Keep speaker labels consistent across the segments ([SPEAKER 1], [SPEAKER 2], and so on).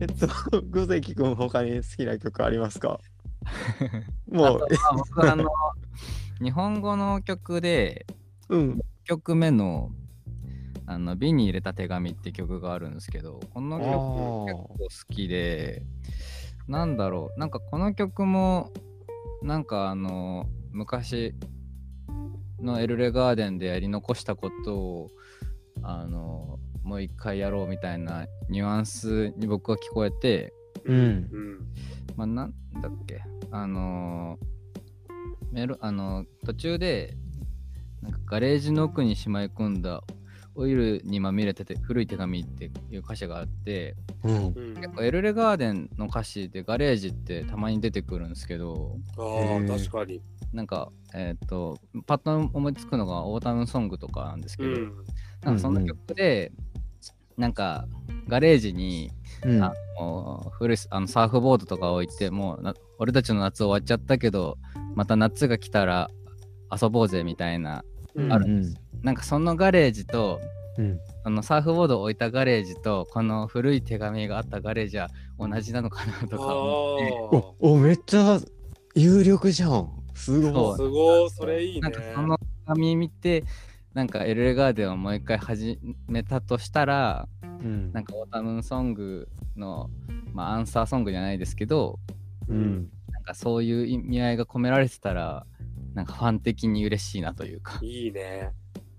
[SPEAKER 1] えっと、 五関君、他に好きな曲あります かもう
[SPEAKER 2] あと、まあ僕はあの 日本語の曲で
[SPEAKER 1] うん。
[SPEAKER 2] 1曲目のあの瓶に入れた手紙って曲があるんですけどこの曲結構好きでなんだろうなんかこの曲もなんかあの昔のエルレガーデンでやり残したことをあのもう一回やろうみたいなニュアンスに僕は聞こえて、
[SPEAKER 1] うん。
[SPEAKER 3] うん。
[SPEAKER 2] まあ、なんだっけあのーメロあのー途中でなんかガレージの奥にしまい込んだオイルにまみれてて古い手紙っていう歌詞があって
[SPEAKER 1] うん。
[SPEAKER 3] うん、
[SPEAKER 2] 結構エルレガーデンの歌詞でガレージってたまに出てくるんですけど
[SPEAKER 3] あ
[SPEAKER 1] へ
[SPEAKER 3] あ、
[SPEAKER 1] ー
[SPEAKER 3] 確かに。
[SPEAKER 2] なんかえっ、とパッと思いつくのがオータムソングとかなんですけ
[SPEAKER 3] う
[SPEAKER 2] ど、
[SPEAKER 3] ん。
[SPEAKER 2] なんかその曲で、なんかガレージに
[SPEAKER 1] うん
[SPEAKER 2] あの古いあのサーフボードとか置いてもうな俺たちの夏終わっちゃったけどまた夏が来たら遊ぼうぜみたいな
[SPEAKER 3] うん
[SPEAKER 2] あるんですなんかそのガレージと
[SPEAKER 1] うん。
[SPEAKER 2] あのサーフボードを置いたガレージとこの古い手紙があったガレージは同じなのかな
[SPEAKER 3] あ
[SPEAKER 2] とか思って
[SPEAKER 3] ー
[SPEAKER 1] お、お、めっちゃ有力じゃん。す
[SPEAKER 2] そ
[SPEAKER 1] ご
[SPEAKER 2] う
[SPEAKER 1] い。
[SPEAKER 3] すごい、それいい
[SPEAKER 2] な
[SPEAKER 3] ね
[SPEAKER 2] ん。かその手紙見てなんかエルレガーデンをもう一回始めたとしたら
[SPEAKER 1] うん
[SPEAKER 2] なんかオータムソングの、まあ、アンサーソングじゃないですけど
[SPEAKER 1] うん。
[SPEAKER 2] なんかそういう意味合いが込められてたら、なんかファン的に嬉しいなというか。
[SPEAKER 3] いいね。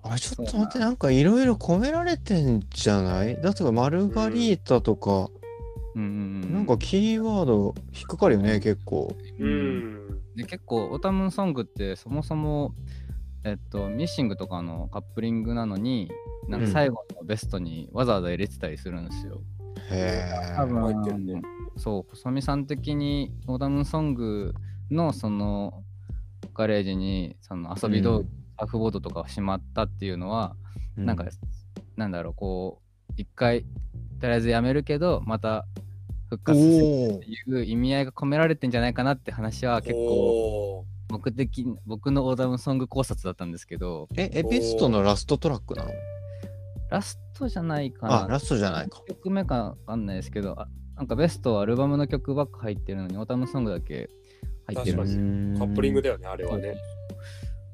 [SPEAKER 1] あ、ちょっ
[SPEAKER 2] そ
[SPEAKER 1] と
[SPEAKER 2] う
[SPEAKER 1] 待って、なんかいろいろ込められてんじゃないだってマルガリータとか、
[SPEAKER 2] うんうんうん。
[SPEAKER 1] なんかキーワード引っかかるよね、結構。
[SPEAKER 2] う、
[SPEAKER 3] うんん。
[SPEAKER 2] で結構、オタムソングってそもそも、えっと、ミッシングとかのカップリングなのに、なんか最後のベストにわざわざ入れてたりするんですよ。
[SPEAKER 1] へ
[SPEAKER 2] 多
[SPEAKER 1] え。
[SPEAKER 2] 分
[SPEAKER 3] 入ってるね
[SPEAKER 2] そう、細見さん的にオタムソングのそのガレージにその遊び道具、サーフボードとかをしまったっていうのは、
[SPEAKER 1] う
[SPEAKER 2] なんか、なんだろう、こう、一回、とりあえずやめるけど、また復
[SPEAKER 1] お
[SPEAKER 2] 活する
[SPEAKER 1] お
[SPEAKER 2] って。いう意味合いが込められてんじゃないかなって話は結構、
[SPEAKER 3] おー
[SPEAKER 2] 僕的、僕のオーダムソング考察だったんですけど、
[SPEAKER 1] え、エピストのラストトラックなの
[SPEAKER 2] ラストじゃないかな。
[SPEAKER 1] あ、ラストじゃないか。
[SPEAKER 2] 何曲目かわかんないですけど、あなんかベストはアルバムの曲ばっか入ってるのに、オーダムソングだけ入ってるん
[SPEAKER 3] 確
[SPEAKER 2] です
[SPEAKER 3] か
[SPEAKER 2] よ。
[SPEAKER 3] カップリング
[SPEAKER 1] で。
[SPEAKER 3] だよね、あれはね。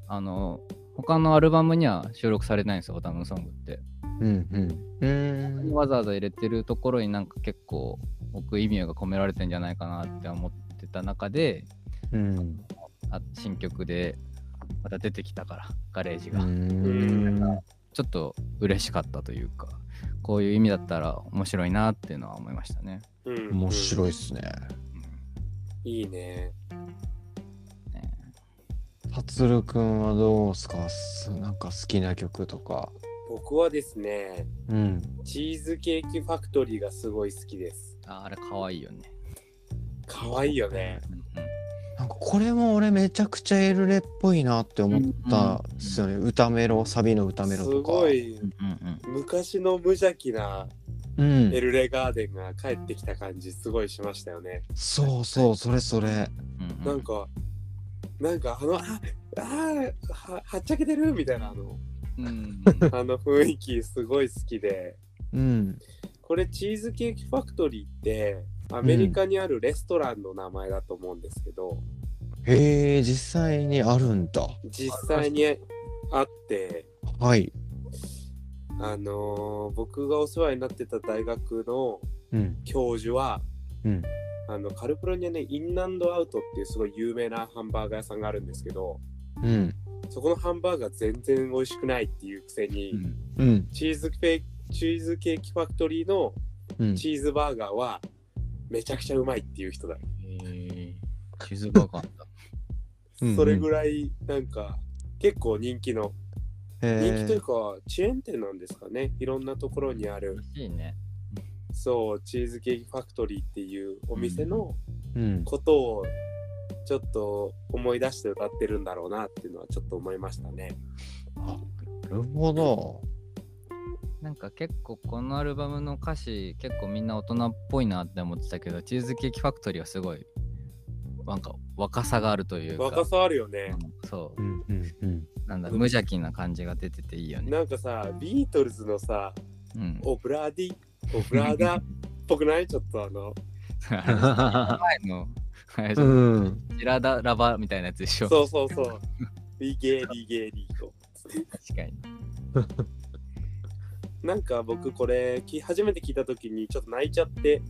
[SPEAKER 2] あの、他のアルバムには収録されないんですよ、オーダムソングって。
[SPEAKER 1] うんうん。うん。
[SPEAKER 2] わざわざ入れてるところになんか結構僕意味が込められてんじゃないかなって思ってた中で
[SPEAKER 1] うん。
[SPEAKER 2] あ新曲でまた出てきたからガレージ
[SPEAKER 1] う
[SPEAKER 2] が、
[SPEAKER 1] ん。
[SPEAKER 2] ちょっと嬉しかったというかこういう意味だったら面白いなっていうのは思いましたね。
[SPEAKER 3] うん。
[SPEAKER 1] 面
[SPEAKER 3] い。
[SPEAKER 1] 白いっすね。
[SPEAKER 3] いいね。
[SPEAKER 2] ね
[SPEAKER 1] 達郎くんはどうすかすなんか好きな曲とか。
[SPEAKER 3] 僕はですね、
[SPEAKER 1] うん。
[SPEAKER 3] チーズケーキファクトリーがすごい好きです。
[SPEAKER 2] ああれ可愛いよね。
[SPEAKER 3] 可愛いよね。
[SPEAKER 2] うん
[SPEAKER 1] なんかこれも俺めちゃくちゃエルレっぽいなって思ったっすよね。歌メロ、サビの歌メロ
[SPEAKER 3] す
[SPEAKER 1] とか。
[SPEAKER 3] ご。い
[SPEAKER 2] うんうんうん
[SPEAKER 3] 昔の無邪気な
[SPEAKER 1] うん
[SPEAKER 3] エ。ルレガーデンが帰ってきた感じすごいしましたよね。
[SPEAKER 1] そうそう、それそれ。
[SPEAKER 2] うん
[SPEAKER 3] なんか、なんかあの、ああーははっちゃけてるみたいなあの
[SPEAKER 2] うんうん
[SPEAKER 3] あの雰囲気すごい好きで、
[SPEAKER 1] うん。
[SPEAKER 3] これチーズケーキファクトリーってアメリカにあるレストランの名前だと思うんですけど、
[SPEAKER 1] へえ、実際にあるんだ。
[SPEAKER 3] 実際にあって、
[SPEAKER 1] はい。
[SPEAKER 3] あのー僕がお世話になってた大学の
[SPEAKER 1] うん。
[SPEAKER 3] 教授は、
[SPEAKER 1] うん。
[SPEAKER 3] あのカルプロにはねインナンドアウトっていうすごい有名なハンバーガー屋さんがあるんですけど
[SPEAKER 1] うん。
[SPEAKER 3] そこのハンバーガー全然美味しくないっていうくせに、
[SPEAKER 2] うん
[SPEAKER 1] うん。
[SPEAKER 3] チーズケーキチーズケーキファクトリーの
[SPEAKER 1] うん。
[SPEAKER 3] チーズバーガーはめちゃくちゃうまいっていう人だ、
[SPEAKER 2] へー静かかっ
[SPEAKER 1] うん
[SPEAKER 2] た。
[SPEAKER 1] うん
[SPEAKER 3] それぐらいなんか結構人気の人気という
[SPEAKER 1] へ
[SPEAKER 3] かチェーン店なんですかねいろんなところにある
[SPEAKER 2] 嬉しいね。
[SPEAKER 3] そうチーズケーキファクトリーっていうお店の
[SPEAKER 1] え。うん。
[SPEAKER 3] ことをちょっと思い出して歌ってるんだろうなっていうのはちょっと思いましたね。
[SPEAKER 1] なるほど。
[SPEAKER 2] なんか結構このアルバムの歌詞結構みんな大人っぽいなって思ってたけどチーズケーキファクトリーはすごいなんか若さがあるというか
[SPEAKER 3] 若さあるよね。
[SPEAKER 2] うんそ
[SPEAKER 1] うんうんうん。
[SPEAKER 2] うなんだ無邪気な感じが出てていいよね
[SPEAKER 3] なんかさビートルズのさ
[SPEAKER 2] うん
[SPEAKER 3] 「オブラーディオブラーダぽくないちょっとあの、
[SPEAKER 2] 前の、あれ じ
[SPEAKER 1] う
[SPEAKER 2] ゃん
[SPEAKER 1] ん。
[SPEAKER 2] ジラダラバみたいなやつでしょ。
[SPEAKER 3] そうそ うそう。リゲーリゲーリと。
[SPEAKER 2] 確かに。
[SPEAKER 3] なんか僕これき初めて聞いた時にちょっと泣いちゃって、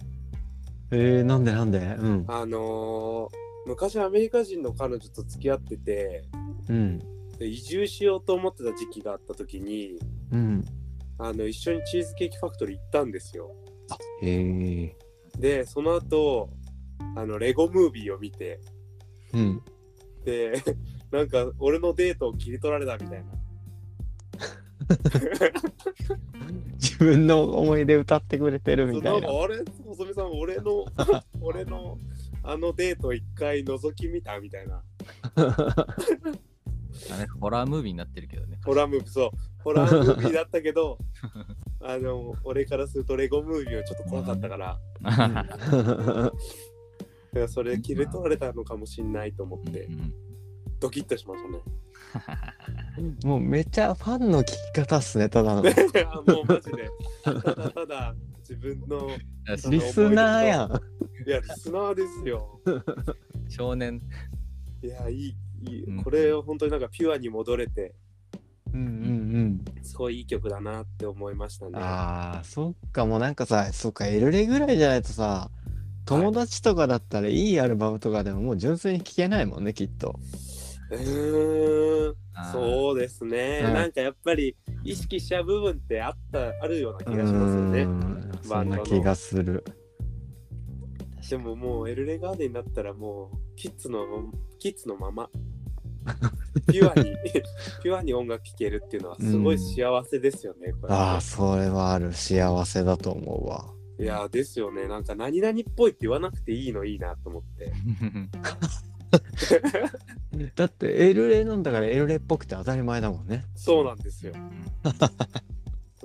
[SPEAKER 1] えー、なんでなんでうん。
[SPEAKER 3] あのー昔アメリカ人の彼女と付き合ってて、
[SPEAKER 1] うん。
[SPEAKER 3] で移住しようと思ってた時期があった時に、
[SPEAKER 1] うん。
[SPEAKER 3] あの一緒にチーズケーキファクトリー行ったんですよ。
[SPEAKER 1] あへえ。
[SPEAKER 3] で、その後、あのレゴムービーを見て、
[SPEAKER 1] うん。
[SPEAKER 3] で、 なんか俺のデートを切り取られたみたいな。
[SPEAKER 1] 自分の思い出歌ってくれてる
[SPEAKER 3] そ
[SPEAKER 1] み
[SPEAKER 3] うな
[SPEAKER 1] た
[SPEAKER 3] ん
[SPEAKER 1] い
[SPEAKER 3] か
[SPEAKER 1] な。
[SPEAKER 3] あれ細見さん 俺の俺のあのデート一回覗き見たみたいな
[SPEAKER 2] あれ、ホラームービーになってるけどね。
[SPEAKER 3] ホラームービーそうホラームービーだったけどあの俺からするとレゴムービーはちょっと怖かったから
[SPEAKER 2] ー
[SPEAKER 3] だからそれ切れ取られたのかもしんないと思ってドキッとしましたね
[SPEAKER 1] もうめっちゃファンの聞き方っすね、ただの。リ
[SPEAKER 3] あもうマジでただただ自分の
[SPEAKER 2] 確かに
[SPEAKER 3] リ
[SPEAKER 1] スナーやん。
[SPEAKER 3] いやリスナーですよ
[SPEAKER 2] 少年。
[SPEAKER 3] いやいいいい
[SPEAKER 2] うん
[SPEAKER 3] これを本当になんかピュアに戻れて
[SPEAKER 1] うんうん
[SPEAKER 3] すごいいい曲だなって思いました
[SPEAKER 1] うん。
[SPEAKER 3] ね
[SPEAKER 1] ああ、そっか、もうなんかさ、そっか、エルレぐらいじゃないとさ、友達とかだったらいいアルバムとかでももう純粋に聴けないもんね、きっと。
[SPEAKER 3] うーん
[SPEAKER 2] あー
[SPEAKER 3] そうですね、
[SPEAKER 1] うん
[SPEAKER 3] なんかやっぱり意識しちゃう部分ってあったあるような
[SPEAKER 1] う
[SPEAKER 3] 気がしますよね
[SPEAKER 1] ん
[SPEAKER 3] バ
[SPEAKER 1] そ
[SPEAKER 3] ン
[SPEAKER 1] ん
[SPEAKER 3] ド
[SPEAKER 1] な
[SPEAKER 3] の
[SPEAKER 1] 気がする。
[SPEAKER 3] でももうエルレガーデンだったらもうキッズのキッズのままピュアにピュアに音楽聴けるっていうのはすごい幸せですよね、これ
[SPEAKER 1] ああ、それはある。幸せだと思うわ。
[SPEAKER 3] いやーですよねなんか何々っぽいって言わなくていいのいいなと思って
[SPEAKER 1] だってエルレなんだからエルレっぽくて当たり前だもんね。
[SPEAKER 3] そうなんですよ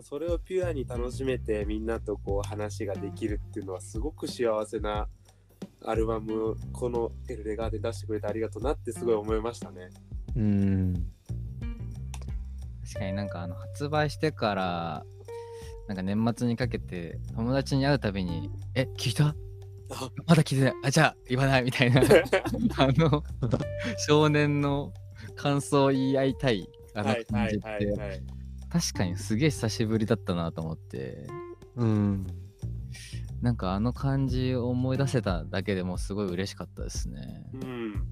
[SPEAKER 3] それをピュアに楽しめてみんなとこう話ができるっていうのはすごく幸せなアルバムこの「エルレガーデン」出してくれてありがとうなってすごい思いましたね。
[SPEAKER 1] うん。
[SPEAKER 2] 確かになんかあの発売してからなんか年末にかけて友達に会うたびに「え聞い た
[SPEAKER 3] あ
[SPEAKER 2] まだ聞いてないあじゃあ言わない」みたいなあの少年の感想を言い合いたいあの
[SPEAKER 3] はい
[SPEAKER 2] 感
[SPEAKER 3] は
[SPEAKER 2] じ
[SPEAKER 3] い
[SPEAKER 2] っ
[SPEAKER 3] はい
[SPEAKER 2] て
[SPEAKER 3] はい。
[SPEAKER 2] 確かにすげえ久しぶりだったなと思って
[SPEAKER 1] うん。
[SPEAKER 2] なんかあの感じを思い出せただけでもうすごい嬉しかったですね
[SPEAKER 3] うん。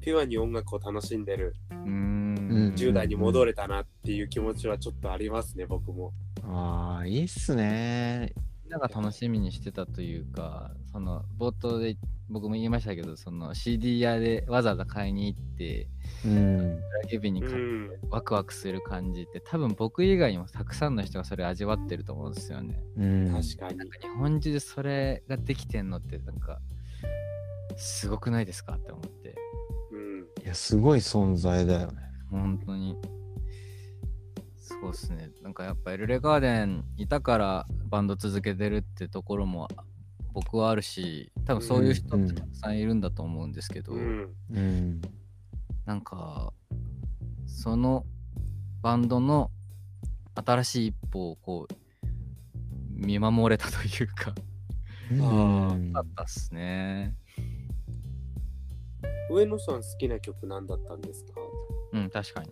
[SPEAKER 3] ピュアに音楽を楽しんでる
[SPEAKER 2] うー
[SPEAKER 1] うん
[SPEAKER 2] ん
[SPEAKER 3] 10代に戻れたなっていう気持ちはちょっとありますね僕も。
[SPEAKER 1] ああ、いいっすね。
[SPEAKER 2] みんなが楽しみにしてたというか、その冒頭で僕も言いましたけど、その CD 屋でわざわざ買いに行って、
[SPEAKER 1] うん。
[SPEAKER 2] ラゲビに
[SPEAKER 3] う
[SPEAKER 2] 買って
[SPEAKER 3] ん。
[SPEAKER 2] ワクワクする感じって、多分僕以外にもたくさんの人がそれ味わってると思うんですよね。
[SPEAKER 1] うん。
[SPEAKER 3] 確かに。
[SPEAKER 2] 日本中でそれができてんのって、なんか、すごくないですかって思って、
[SPEAKER 3] うん。
[SPEAKER 1] いや、すごい存在だよね。
[SPEAKER 2] 本当に。そうですね。なんかやっぱエルレガーデンいたからバンド続けてるってところも僕はあるし、多分そういう人ってたくさんいるんだと思うんですけど、
[SPEAKER 3] うん。
[SPEAKER 1] うん。
[SPEAKER 2] なんかそのバンドの新しい一歩をこう見守れたというか、
[SPEAKER 1] あ
[SPEAKER 2] あったっすね。
[SPEAKER 3] 上野さん好きな曲何だったんですか
[SPEAKER 2] うん、確かに。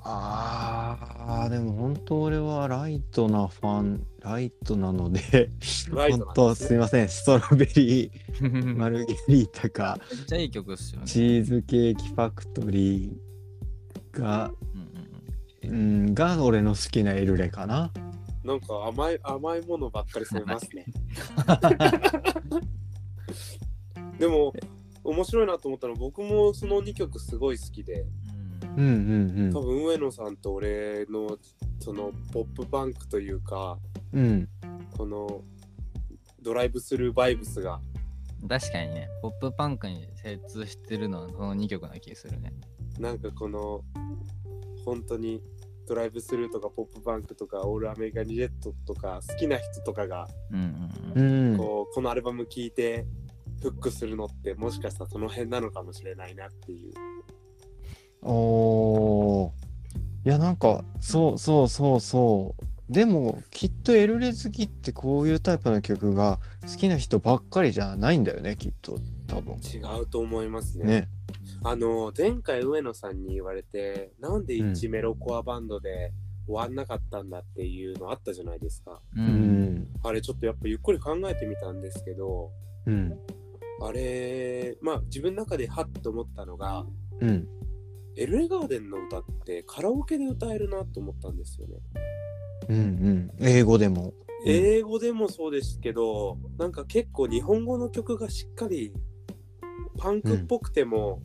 [SPEAKER 1] あー、でも本当俺はライトなファン、ライトなので、
[SPEAKER 3] ライトなんですね
[SPEAKER 1] 本当すいません、ストロベリー、マ
[SPEAKER 2] め
[SPEAKER 1] ル
[SPEAKER 2] っ
[SPEAKER 1] ゲリータか、
[SPEAKER 2] ちゃいい曲っすよね。
[SPEAKER 1] チーズケーキファクトリーが、
[SPEAKER 2] うんうんうん
[SPEAKER 1] うん、が俺の好きなエルレかな。
[SPEAKER 3] なんか甘い甘いものばっかり攻めます ね。でも面白いなと思ったのは僕もその2曲すごい好きで
[SPEAKER 1] うんうん
[SPEAKER 3] 多分上野さんと俺のそのポップパンクというか
[SPEAKER 1] うん。うん。
[SPEAKER 3] このドライブスルーバイブスが
[SPEAKER 2] 確かにね、ポップパンクに精通してるのはこの2曲な気がするね。
[SPEAKER 3] なんかこの本当にドライブスルーとかポップパンクとかオールアメリカンリジェットとか好きな人とかが
[SPEAKER 2] うんう
[SPEAKER 1] うんん。
[SPEAKER 3] こうこのアルバム聴いてフックするのってもしかしたらその辺なのかもしれないなっていう。
[SPEAKER 1] おーいやなんかそうそうそうそうでもきっとエルレ好きってこういうタイプの曲が好きな人ばっかりじゃないんだよねきっと多分
[SPEAKER 3] 違うと思いますね
[SPEAKER 1] ね
[SPEAKER 3] あの前回上野さんに言われてなんで一メロコアバンドで終わんなかったんだっていうのあったじゃないですか、
[SPEAKER 2] う。
[SPEAKER 1] うんん
[SPEAKER 3] あれちょっとやっぱゆっくり考えてみたんですけど
[SPEAKER 1] うん
[SPEAKER 3] あれまあ自分の中でハッと思ったのが、
[SPEAKER 1] うん
[SPEAKER 3] エルレガーデンの歌ってカラオケで歌えるなと思ったんですよね。
[SPEAKER 1] うんうん英語でもうん
[SPEAKER 3] 英語でもそうですけどなんか結構日本語の曲がしっかりパンクっぽくても、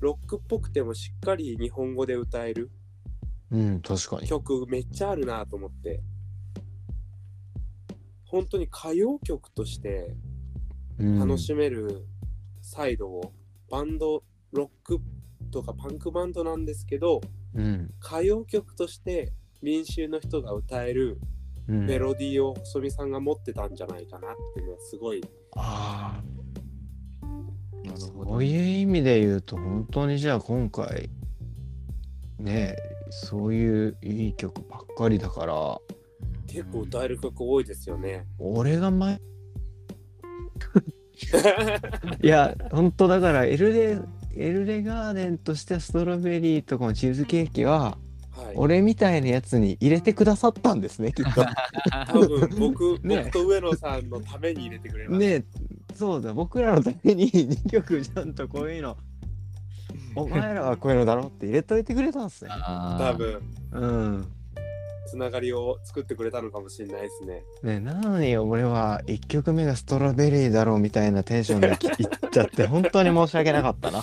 [SPEAKER 3] ロックっぽくてもしっかり日本語で歌える
[SPEAKER 1] うん確かに
[SPEAKER 3] 曲めっちゃあるなと思って本当に歌謡曲として
[SPEAKER 1] うん
[SPEAKER 3] 楽しめるサイドを、バンドロックとかパンクバンドなんですけど
[SPEAKER 1] うん
[SPEAKER 3] 歌謡曲として民衆の人が歌える
[SPEAKER 1] うん
[SPEAKER 3] メロディーを細見さんが持ってたんじゃないかなっていうのはすごい
[SPEAKER 1] ああ
[SPEAKER 2] なるほ
[SPEAKER 1] そ
[SPEAKER 2] ど
[SPEAKER 1] う
[SPEAKER 2] ね。
[SPEAKER 1] いう意味で言うと本当にじゃあ今回ねそういういい曲ばっかりだから
[SPEAKER 3] 結構歌える曲多いですよね。
[SPEAKER 1] 俺が前いや本当だからエルレエルレガーデンとしてストロベリーとかのチーズケーキは
[SPEAKER 3] はい、
[SPEAKER 1] 俺みたいなやつに入れてくださったんですねきっ と。
[SPEAKER 3] 多分僕,、
[SPEAKER 1] ね
[SPEAKER 3] 僕と上野さんのために入れてくれました。
[SPEAKER 1] ねそうだ僕らのために 2曲ちゃんとこういうのお前らはこういうのだろって入れといてくれたんですね。
[SPEAKER 3] 多
[SPEAKER 2] 多。
[SPEAKER 3] 分
[SPEAKER 1] うん
[SPEAKER 3] つながりを作ってくれたのかもしれないですね。
[SPEAKER 1] ね、なのに俺は1曲目がストロベリーだろうみたいなテンションでいっちゃって本当に申し訳なかったな。
[SPEAKER 3] い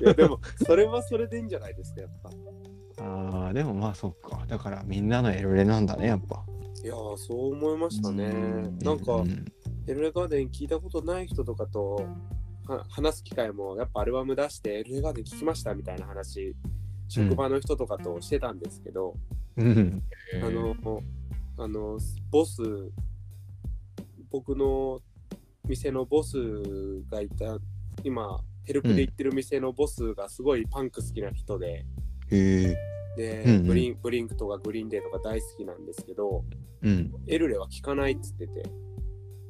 [SPEAKER 3] やでもそれはそれでいいんじゃないですかやっぱ。
[SPEAKER 1] あーでもまあそっかだからみんなのエロレなんだねやっぱ。
[SPEAKER 3] いやーそう思いましたね。
[SPEAKER 2] うん
[SPEAKER 3] なんか、
[SPEAKER 1] うん
[SPEAKER 3] エルレガーデン聞いたことない人とかとは話す機会もやっぱアルバム出してエルレガーデン聞きましたみたいな話職場の人とかとしてたんですけど、
[SPEAKER 1] うん
[SPEAKER 3] あのあのボス僕の店のボスがいた今ヘルプで行ってる店のボスがすごいパンク好きな人で、
[SPEAKER 1] へえ。
[SPEAKER 3] で、
[SPEAKER 1] うんうん
[SPEAKER 3] ブリンブリンクとかグリーンデーとか大好きなんですけど
[SPEAKER 1] うん。
[SPEAKER 3] エルレは聞かないっつってて
[SPEAKER 1] へ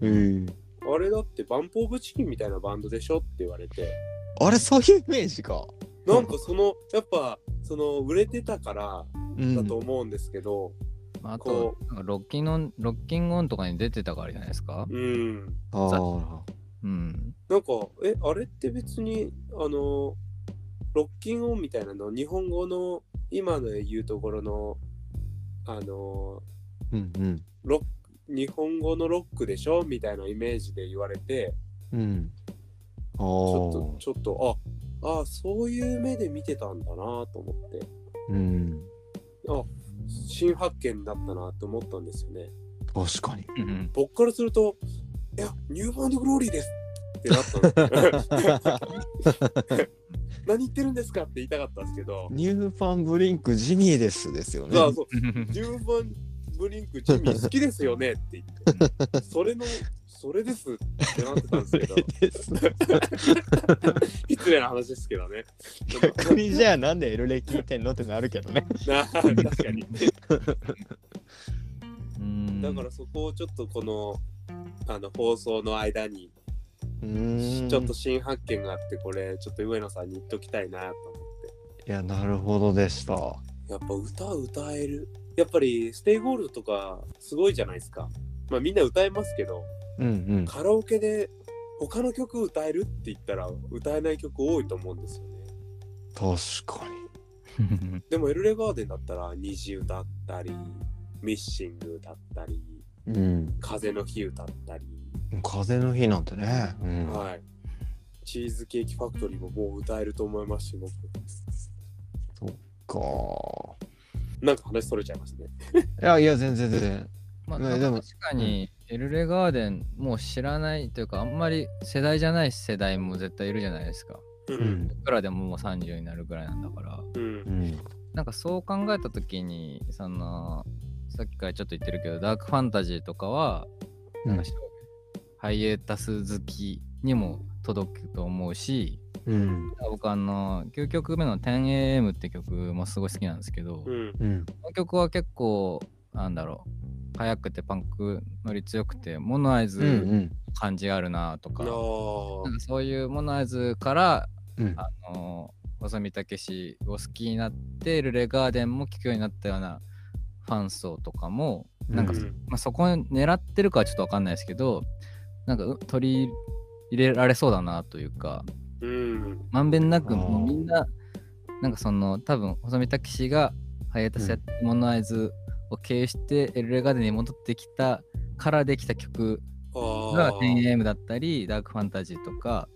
[SPEAKER 1] え。
[SPEAKER 3] あれだってバンポーブチキンみたいなバンドでしょって言われて
[SPEAKER 1] あれそういうイメージか。
[SPEAKER 3] なんかそのやっぱその売れてたから
[SPEAKER 1] うん
[SPEAKER 3] だと思うんですけど
[SPEAKER 2] まああと
[SPEAKER 3] こ
[SPEAKER 2] な
[SPEAKER 3] と
[SPEAKER 2] んかロッキンオン、ロッキンオンとかに出てたからじゃないですか。
[SPEAKER 3] うん
[SPEAKER 1] あ
[SPEAKER 2] うん。
[SPEAKER 3] なんかえあれって別にあのロッキンオンみたいなの日本語の今の言うところのあの
[SPEAKER 1] ーうんうん。
[SPEAKER 3] ロック日本語のロックでしょみたいなイメージで言われて
[SPEAKER 1] うん。ああ。
[SPEAKER 3] ちょっとちょっとああそういう目で見てたんだなと思って
[SPEAKER 1] うん。
[SPEAKER 3] 新発見だったなと思ったんですよね
[SPEAKER 1] 確かに。
[SPEAKER 2] うん
[SPEAKER 3] 僕からすると「いやニューバンドグローリーです!」って なったんです何言ってるんですかって言いたかったんですけど
[SPEAKER 1] ニューファンブリンクジミーですですよね。
[SPEAKER 3] そうそう10番ブリンクジミー好きですよねって言ってそれのそれですってなってたんです けど
[SPEAKER 1] です。
[SPEAKER 3] 失礼な話ですけどね
[SPEAKER 1] 逆にじゃあなんでエルレ聞いてんのってなるけど ね。
[SPEAKER 3] な確かに
[SPEAKER 2] うん
[SPEAKER 3] だからそこをちょっとこのあの放送の間に
[SPEAKER 1] うーん
[SPEAKER 3] ちょっと新発見があってこれちょっと上野さんに言っときたいなと思って
[SPEAKER 1] いやなるほどでした。
[SPEAKER 3] やっぱ歌歌えるやっぱりステイゴールドとかすごいじゃないですかまあみんな歌えますけど
[SPEAKER 1] うんうん。
[SPEAKER 3] カラオケで他の曲歌えるって言ったら歌えない曲多いと思うんですよね
[SPEAKER 1] 確かに。
[SPEAKER 3] でもエルレガーデンだったら虹歌ったりミッシング歌ったり
[SPEAKER 1] うん。
[SPEAKER 3] 風の日歌ったり、
[SPEAKER 1] 風の日なんてね。うん。
[SPEAKER 3] はいチーズケーキファクトリーももう歌えると思いますし僕
[SPEAKER 1] か
[SPEAKER 3] なんか話それちゃいますね
[SPEAKER 1] いやいや全然全然。
[SPEAKER 2] まあ、
[SPEAKER 1] ね
[SPEAKER 2] なん
[SPEAKER 1] で
[SPEAKER 2] か
[SPEAKER 1] も
[SPEAKER 2] 確かに、エルレガーデン、もう知らないというか、あんまり世代じゃない世代も絶対いるじゃないですか。
[SPEAKER 1] う
[SPEAKER 3] う
[SPEAKER 1] ん
[SPEAKER 2] 僕らでももう30になるぐらいなんだから。
[SPEAKER 3] うん
[SPEAKER 1] うん
[SPEAKER 2] なんかそう考えたときに、その、さっきからちょっと言ってるけど、ダークファンタジーとかは、なんかしハイエータス好きにも届くと思うし、
[SPEAKER 1] うん
[SPEAKER 2] 僕あの、9曲目の 10am って曲もすごい好きなんですけど、
[SPEAKER 3] うん
[SPEAKER 1] うん
[SPEAKER 2] この曲は結構なんだろう早くてパンクノリ強くてモノアイ
[SPEAKER 1] うんう
[SPEAKER 2] ズ
[SPEAKER 1] ん
[SPEAKER 2] 感じあるなとか,、
[SPEAKER 3] の
[SPEAKER 2] なんかそういうモノアイズから
[SPEAKER 1] うん
[SPEAKER 2] あの細見武士を好きになってルレガーデンも聴くようになったようなファン層とかもなんか、
[SPEAKER 1] う
[SPEAKER 2] まあ、そこに狙ってるかはちょっとわかんないですけどなんかう取り入れられそうだなというか
[SPEAKER 3] うん。
[SPEAKER 2] まんべんなく
[SPEAKER 1] あー
[SPEAKER 2] もうみんななんかその多分細見武士が早田さんモノアイズを経由してエルレガーデンに戻ってきたからできた曲が
[SPEAKER 3] ああ。
[SPEAKER 2] 10 a だったりダークファンタジーとか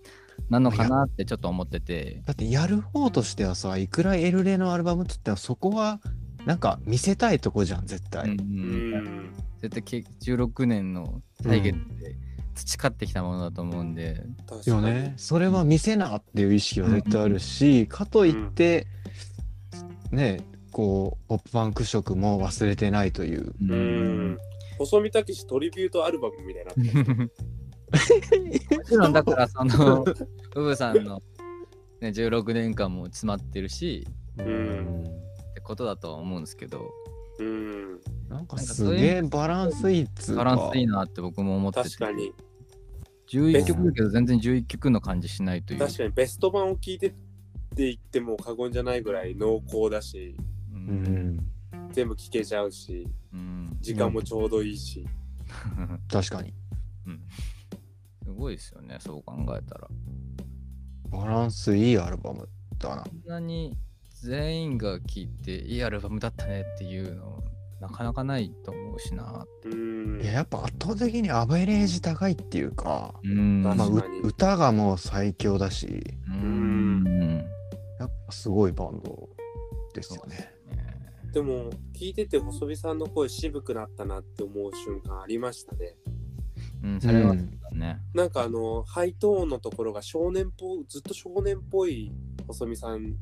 [SPEAKER 2] なのかなってちょっと思ってて
[SPEAKER 1] だってやる方としてはさいくらエルレのアルバムっつってもそこはなんか見せたいとこじゃん絶対、
[SPEAKER 2] うん
[SPEAKER 3] う
[SPEAKER 2] うん
[SPEAKER 3] ん。
[SPEAKER 2] 絶対け16年の体月で培ってきたものだと思うんで、
[SPEAKER 3] 確かに
[SPEAKER 1] よね。それは見せなっていう意識は絶対あるし、かといって、ねこうポップパンク色も忘れてないという
[SPEAKER 2] う
[SPEAKER 3] うんん。細見武士トリビュートアルバムみたいな。
[SPEAKER 2] もちろんだからそのウブさんの、ね、16年間も詰まってるし
[SPEAKER 3] うん。
[SPEAKER 2] ってことだとは思うんですけど
[SPEAKER 3] うん。
[SPEAKER 1] なんか
[SPEAKER 2] なんか
[SPEAKER 1] す
[SPEAKER 2] そういう
[SPEAKER 1] げえバランスいいっつう
[SPEAKER 2] バ
[SPEAKER 1] か
[SPEAKER 2] ランスいいなって僕も思ってて
[SPEAKER 3] 確かに。
[SPEAKER 2] 11曲だけど全然11曲の感じしないという
[SPEAKER 3] 確かにベスト版を聞いてって言っても過言じゃないぐらい濃厚だし、
[SPEAKER 2] う
[SPEAKER 1] うんん
[SPEAKER 3] 全部聞けちゃうし、
[SPEAKER 2] うん
[SPEAKER 3] 時間もちょうどいいし。
[SPEAKER 1] 確かに
[SPEAKER 2] うん すごいですよねそう考えたらこ
[SPEAKER 1] バランスいいアルバムだなん
[SPEAKER 2] なに全員が聴いていいアルバムだったねっていうのなかなかないと思うしな
[SPEAKER 3] うん
[SPEAKER 1] い。ややっぱ圧倒的にアベレージ高いっていうか、
[SPEAKER 2] うん
[SPEAKER 1] まあ、
[SPEAKER 3] 確
[SPEAKER 1] う
[SPEAKER 3] かに
[SPEAKER 1] 歌がもう最強だし
[SPEAKER 2] うんね
[SPEAKER 1] やっぱすごいバンドですよね
[SPEAKER 3] でも、聞いてて細見さんの声渋くなったなって思う瞬間ありましたね。
[SPEAKER 2] うんそれは
[SPEAKER 1] う
[SPEAKER 2] そ
[SPEAKER 1] ん
[SPEAKER 2] うだね
[SPEAKER 3] なんかあの、ハイトーンのところが少年っぽ、ずっと少年っぽい細見さん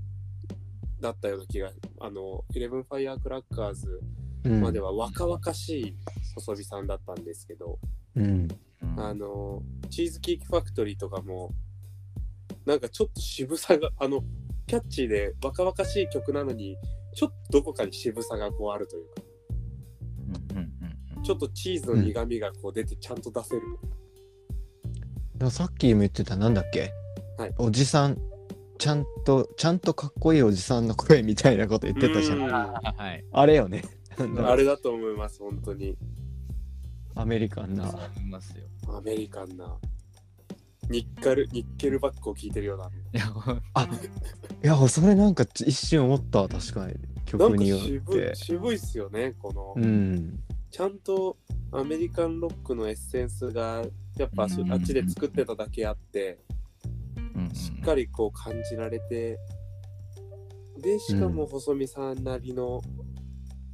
[SPEAKER 3] だったような気が、あの、イレブンファイアークラッカーズ
[SPEAKER 1] うん
[SPEAKER 3] までは若々しい細見さんだったんですけど、
[SPEAKER 1] うん
[SPEAKER 2] うん
[SPEAKER 3] あの、チーズケーキファクトリーとかも、なんかちょっと渋さが、あの、キャッチーで若々しい曲なのに、ちょっとどこかに渋さがこうあるというか、
[SPEAKER 2] うんうんうんうん
[SPEAKER 3] ちょっとチーズの苦味がこう出てちゃんと出せる。
[SPEAKER 1] でもさっきも言ってたなんだっけ、
[SPEAKER 3] はい
[SPEAKER 1] おじさんちゃんとちゃんとかっこいいおじさんの声みたいなこと言ってたじゃん
[SPEAKER 3] うん
[SPEAKER 2] はい
[SPEAKER 1] あれよね
[SPEAKER 3] あれだと思います、本当に。
[SPEAKER 1] アメリカンな
[SPEAKER 2] そう思いますよ
[SPEAKER 3] アメリカンな。ニッカル、ニッケルバックを聞いてるような。
[SPEAKER 2] いやほん
[SPEAKER 1] いやそれなんか一瞬思ったわ確かに
[SPEAKER 3] な
[SPEAKER 1] 曲
[SPEAKER 3] んか
[SPEAKER 1] によって
[SPEAKER 3] 渋い、渋いっすよね、この。
[SPEAKER 1] うん
[SPEAKER 3] ちゃんとアメリカンロックのエッセンスが、やっぱあそ
[SPEAKER 2] うん
[SPEAKER 3] あっちで作ってただけあって、
[SPEAKER 2] うんうん
[SPEAKER 3] しっかりこう感じられて、で、しかも
[SPEAKER 1] うん
[SPEAKER 3] 細見さんなりの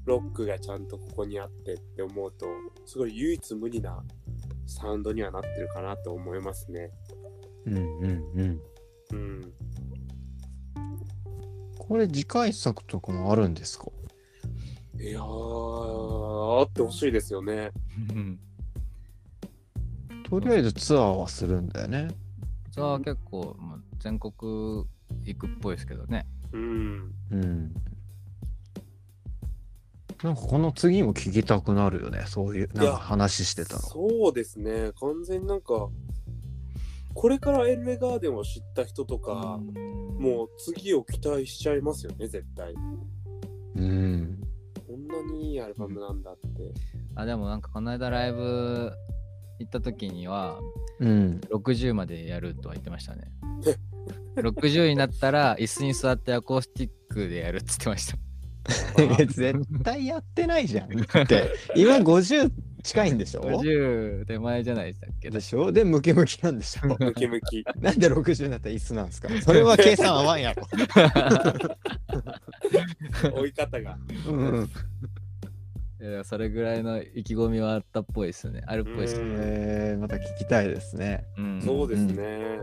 [SPEAKER 3] ロックがちゃんとここにあってって思うと、すごい唯一無二なサウンドにはなってるかなと思いますね。
[SPEAKER 1] うんうんうん
[SPEAKER 3] うん。
[SPEAKER 1] これ次回作とかもあるんですか
[SPEAKER 3] いやー、あってほしいですよね。
[SPEAKER 2] うん
[SPEAKER 1] とりあえずツアーはするんだよね
[SPEAKER 2] ツアー結構もう全国行くっぽいですけどね
[SPEAKER 3] うん。
[SPEAKER 1] うんなんかこの次も聞きたくなるよねそういうなんか話してたら
[SPEAKER 3] そうですね。完全になんか、これからエルレガーデンを知った人とか、もう次を期待しちゃいますよね、絶対。
[SPEAKER 1] うん
[SPEAKER 3] こんなにいいアルバムなんだって。
[SPEAKER 2] あでもなんかこの間ライブ行った時には
[SPEAKER 1] うん
[SPEAKER 2] 60までやるとは言ってましたね60になったら椅子に座ってアコースティックでやるっつってま した
[SPEAKER 1] いや 絶対やってないじゃんって今50近いんでしょ
[SPEAKER 2] 50手前じゃないでしたっけ
[SPEAKER 1] でしょでムキムキなんでしょ
[SPEAKER 3] ムキムキ。
[SPEAKER 1] なんで60になったら椅子なん ですかそれは計算合わんやろ、
[SPEAKER 3] 追い方が。
[SPEAKER 1] うん、
[SPEAKER 2] いやでもそれぐらいの意気込みはあったっぽいですねあるっぽいですね
[SPEAKER 3] うん
[SPEAKER 1] えー、また聞きたいですね
[SPEAKER 2] うん
[SPEAKER 3] そうですね。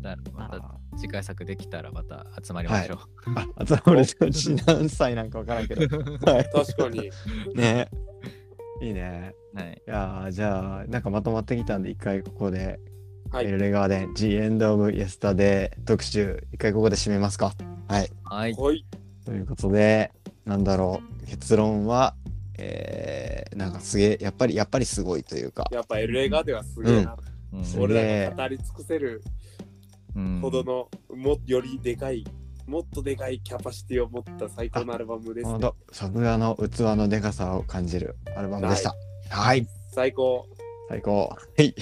[SPEAKER 2] だま
[SPEAKER 1] あ
[SPEAKER 2] た次回作できたらまた集まりましょう、
[SPEAKER 1] ああと俺たち 何歳なんかわからんけ どはい
[SPEAKER 3] 確かに。
[SPEAKER 1] ねいいね
[SPEAKER 2] はい。
[SPEAKER 1] いやーじゃあなんかまとまってきたんで一回ここで「
[SPEAKER 3] はい
[SPEAKER 1] エルレガーデン G エンド・オブ・イエスタデー」特集一回ここで締めますかはい
[SPEAKER 2] はい。
[SPEAKER 3] はい。
[SPEAKER 1] ということでなんだろう結論はえー、なんかすげえやっぱりやっぱりすごいというか
[SPEAKER 3] やっぱ LA ガーデンはすげえな、
[SPEAKER 2] うん
[SPEAKER 1] すげえ
[SPEAKER 3] 俺らが語り尽くせる
[SPEAKER 2] うん
[SPEAKER 3] ほどの、もよりでかいもっとでかいキャパシティを持った最高のアルバムです
[SPEAKER 1] ほんとサブラの器のでかさを感じるアルバムでしたはい
[SPEAKER 3] 最高
[SPEAKER 1] 最高はい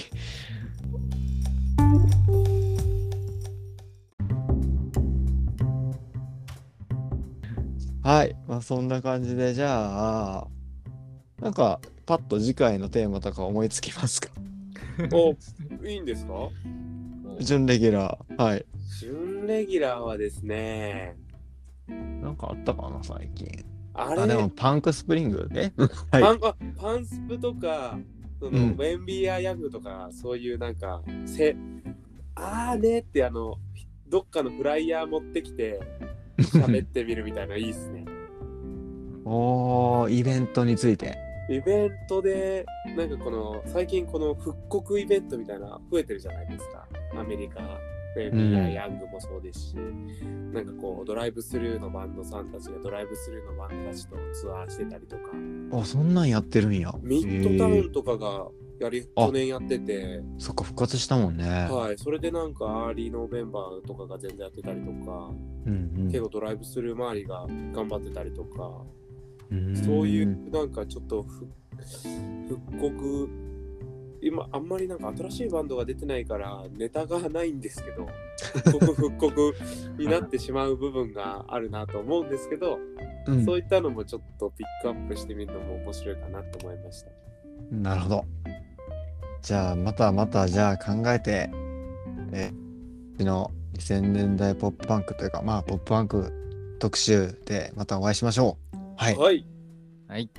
[SPEAKER 1] はいまあそんな感じでじゃあなんかパッと次回のテーマとか思いつきますか
[SPEAKER 3] おいいんですか
[SPEAKER 1] 準レギュラーはい
[SPEAKER 3] 準レギュラーはですね
[SPEAKER 1] なんかあったかな最近
[SPEAKER 3] あれ
[SPEAKER 1] あでもパンクスプリングえはい
[SPEAKER 3] パンあパンスプとかその、
[SPEAKER 1] うん
[SPEAKER 3] ウェンビーア・ヤングとかそういうなんかせあーねってあのどっかのフライヤー持ってきて喋ってみるみたいないいっすね
[SPEAKER 1] おーイベントについて
[SPEAKER 3] イベントでなんかこの最近この復刻イベントみたいな増えてるじゃないですかアメリカウェンビーア・ヤングもそうですし、なんかこうドライブスルーのバンドさんたちがドライブスルーのバンドたちとツアーしてたりとか
[SPEAKER 1] あそんなんやってるんや
[SPEAKER 3] ミッドタウ
[SPEAKER 1] へ
[SPEAKER 3] ン
[SPEAKER 1] ー
[SPEAKER 3] とかがやり
[SPEAKER 1] あ
[SPEAKER 3] 去年やってて
[SPEAKER 1] そっか復活したもんね、
[SPEAKER 3] はい、それでなんかアーリーのメンバーとかが全然やってたりとか、
[SPEAKER 1] うん
[SPEAKER 3] 結構ドライブスルー周りが頑張ってたりとか、
[SPEAKER 1] うん、
[SPEAKER 3] そういうなんかちょっとふ復刻、今あんまりなんか新しいバンドが出てないからネタがないんですけど、復刻復 刻になってしまう部分があるなと思うんですけど、
[SPEAKER 1] うん
[SPEAKER 3] そういったのもちょっとピックアップしてみるのも面白いかなと思いました。
[SPEAKER 1] なるほど。じゃあまたまたじゃあ考えて、えーうちの2000年代ポップパンクというかまあポップパンク特集でまたお会いしましょう。はい。
[SPEAKER 3] はい、
[SPEAKER 2] はい。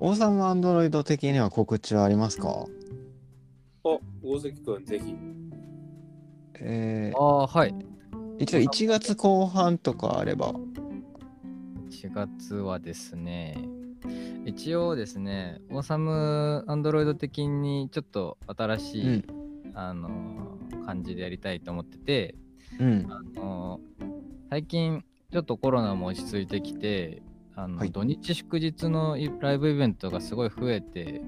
[SPEAKER 1] 王さんもアンドロイド的には告知はありますか
[SPEAKER 3] あ、大関くんぜひ。
[SPEAKER 1] え
[SPEAKER 2] ああ、はい。
[SPEAKER 1] ー、一応1月後半とかあれば。
[SPEAKER 2] 4月はですね、一応ですね、オーサムアンドロイド的にちょっと新し
[SPEAKER 1] う
[SPEAKER 2] い、
[SPEAKER 1] ん。
[SPEAKER 2] あのー感じでやりたいと思ってて、
[SPEAKER 1] うん。
[SPEAKER 2] あのー最近ちょっとコロナも落ち着いてきて、あの
[SPEAKER 1] はい
[SPEAKER 2] 土日祝日のイライブイベントがすごい増えて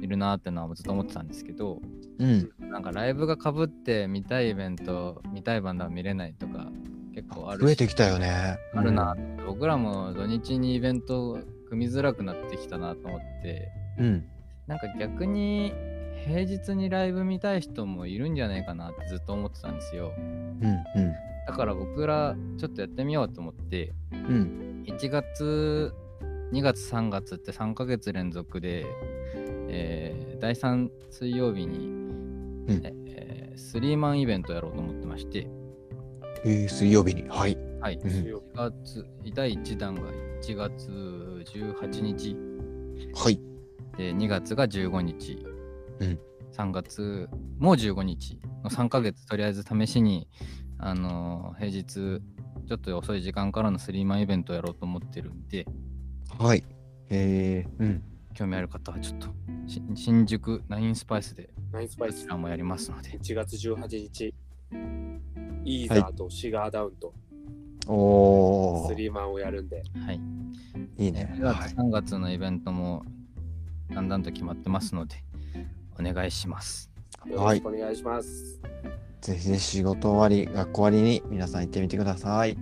[SPEAKER 2] いるなーってのはずっと思ってたんですけど、
[SPEAKER 1] うん。
[SPEAKER 2] なんかライブがかぶって見たいイベント、見たいバンドは見れないとか結構あるし
[SPEAKER 1] 増えてきたよね。
[SPEAKER 2] あるな、僕らも土日にイベント組みづらくなってきたなと思って
[SPEAKER 1] うん。
[SPEAKER 2] なんか逆に平日にライブ見たい人もいるんじゃないかなってずっと思ってたんですよ
[SPEAKER 1] うん。
[SPEAKER 2] だから僕らちょっとやってみようと思って
[SPEAKER 1] うん。うん。
[SPEAKER 2] 1月2月3月って3ヶ月連続で、えー第3水曜日に、
[SPEAKER 1] ん
[SPEAKER 2] えースリーマンイベントやろうと思ってまして
[SPEAKER 1] えー、水曜日に。はい。
[SPEAKER 2] はい、
[SPEAKER 1] うん
[SPEAKER 2] 1月第1弾が1月18日
[SPEAKER 1] はい。
[SPEAKER 2] で2月が15日、
[SPEAKER 1] うん
[SPEAKER 2] 3月も15日の3ヶ月とりあえず試しに、あのー平日ちょっと遅い時間からのスリーマンイベントをやろうと思ってるんで
[SPEAKER 1] はい。えー、うん。
[SPEAKER 2] 興味ある方はちょっとし新宿ナインスパイスで
[SPEAKER 3] ナイスパ
[SPEAKER 2] こ
[SPEAKER 3] イス
[SPEAKER 2] ち。らもやりますので
[SPEAKER 3] 1月18日、イーザーとシガーダウンと
[SPEAKER 1] お
[SPEAKER 3] ス
[SPEAKER 1] ー。
[SPEAKER 3] リーマンをやるんで、
[SPEAKER 2] はい
[SPEAKER 1] いいね
[SPEAKER 2] 2。
[SPEAKER 1] は
[SPEAKER 2] 月3月のイベントもだんだんと決まってますのでお願いします
[SPEAKER 1] い。
[SPEAKER 3] よろしくお願いします。
[SPEAKER 1] ぜひぜひ仕事終わり、学校終わりに皆さん行ってみてください。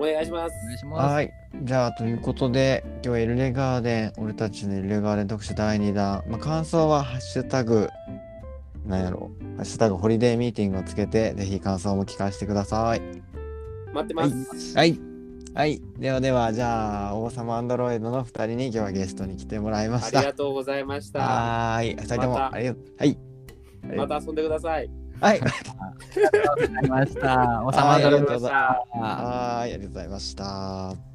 [SPEAKER 3] お願いします。
[SPEAKER 2] お願いします
[SPEAKER 1] はい。じゃあ、ということで、今日はエルレガーデン、俺たちのエルレガーデン特集第2弾。まあ、感想はハッシュタグ、なんやろう、ハッシュタグホリデーミーティングをつけて、ぜひ感想も聞かせてください。
[SPEAKER 3] 待ってます。
[SPEAKER 1] はい。はい。ではでは、じゃあ、王様アンドロイドの2人に今日はゲストに来てもらいまし
[SPEAKER 3] ありが
[SPEAKER 1] た。
[SPEAKER 3] とうございました。
[SPEAKER 1] はーい。2人と
[SPEAKER 3] ま
[SPEAKER 1] も、
[SPEAKER 3] た
[SPEAKER 1] ありがとう。はい。
[SPEAKER 3] また遊んでください。
[SPEAKER 1] はい。
[SPEAKER 2] ありがとうございました。おさ
[SPEAKER 1] は
[SPEAKER 2] ま
[SPEAKER 1] い
[SPEAKER 2] ど
[SPEAKER 1] あり
[SPEAKER 2] ろ
[SPEAKER 1] がとうございま
[SPEAKER 2] した。
[SPEAKER 1] はーい。ありがとうございました。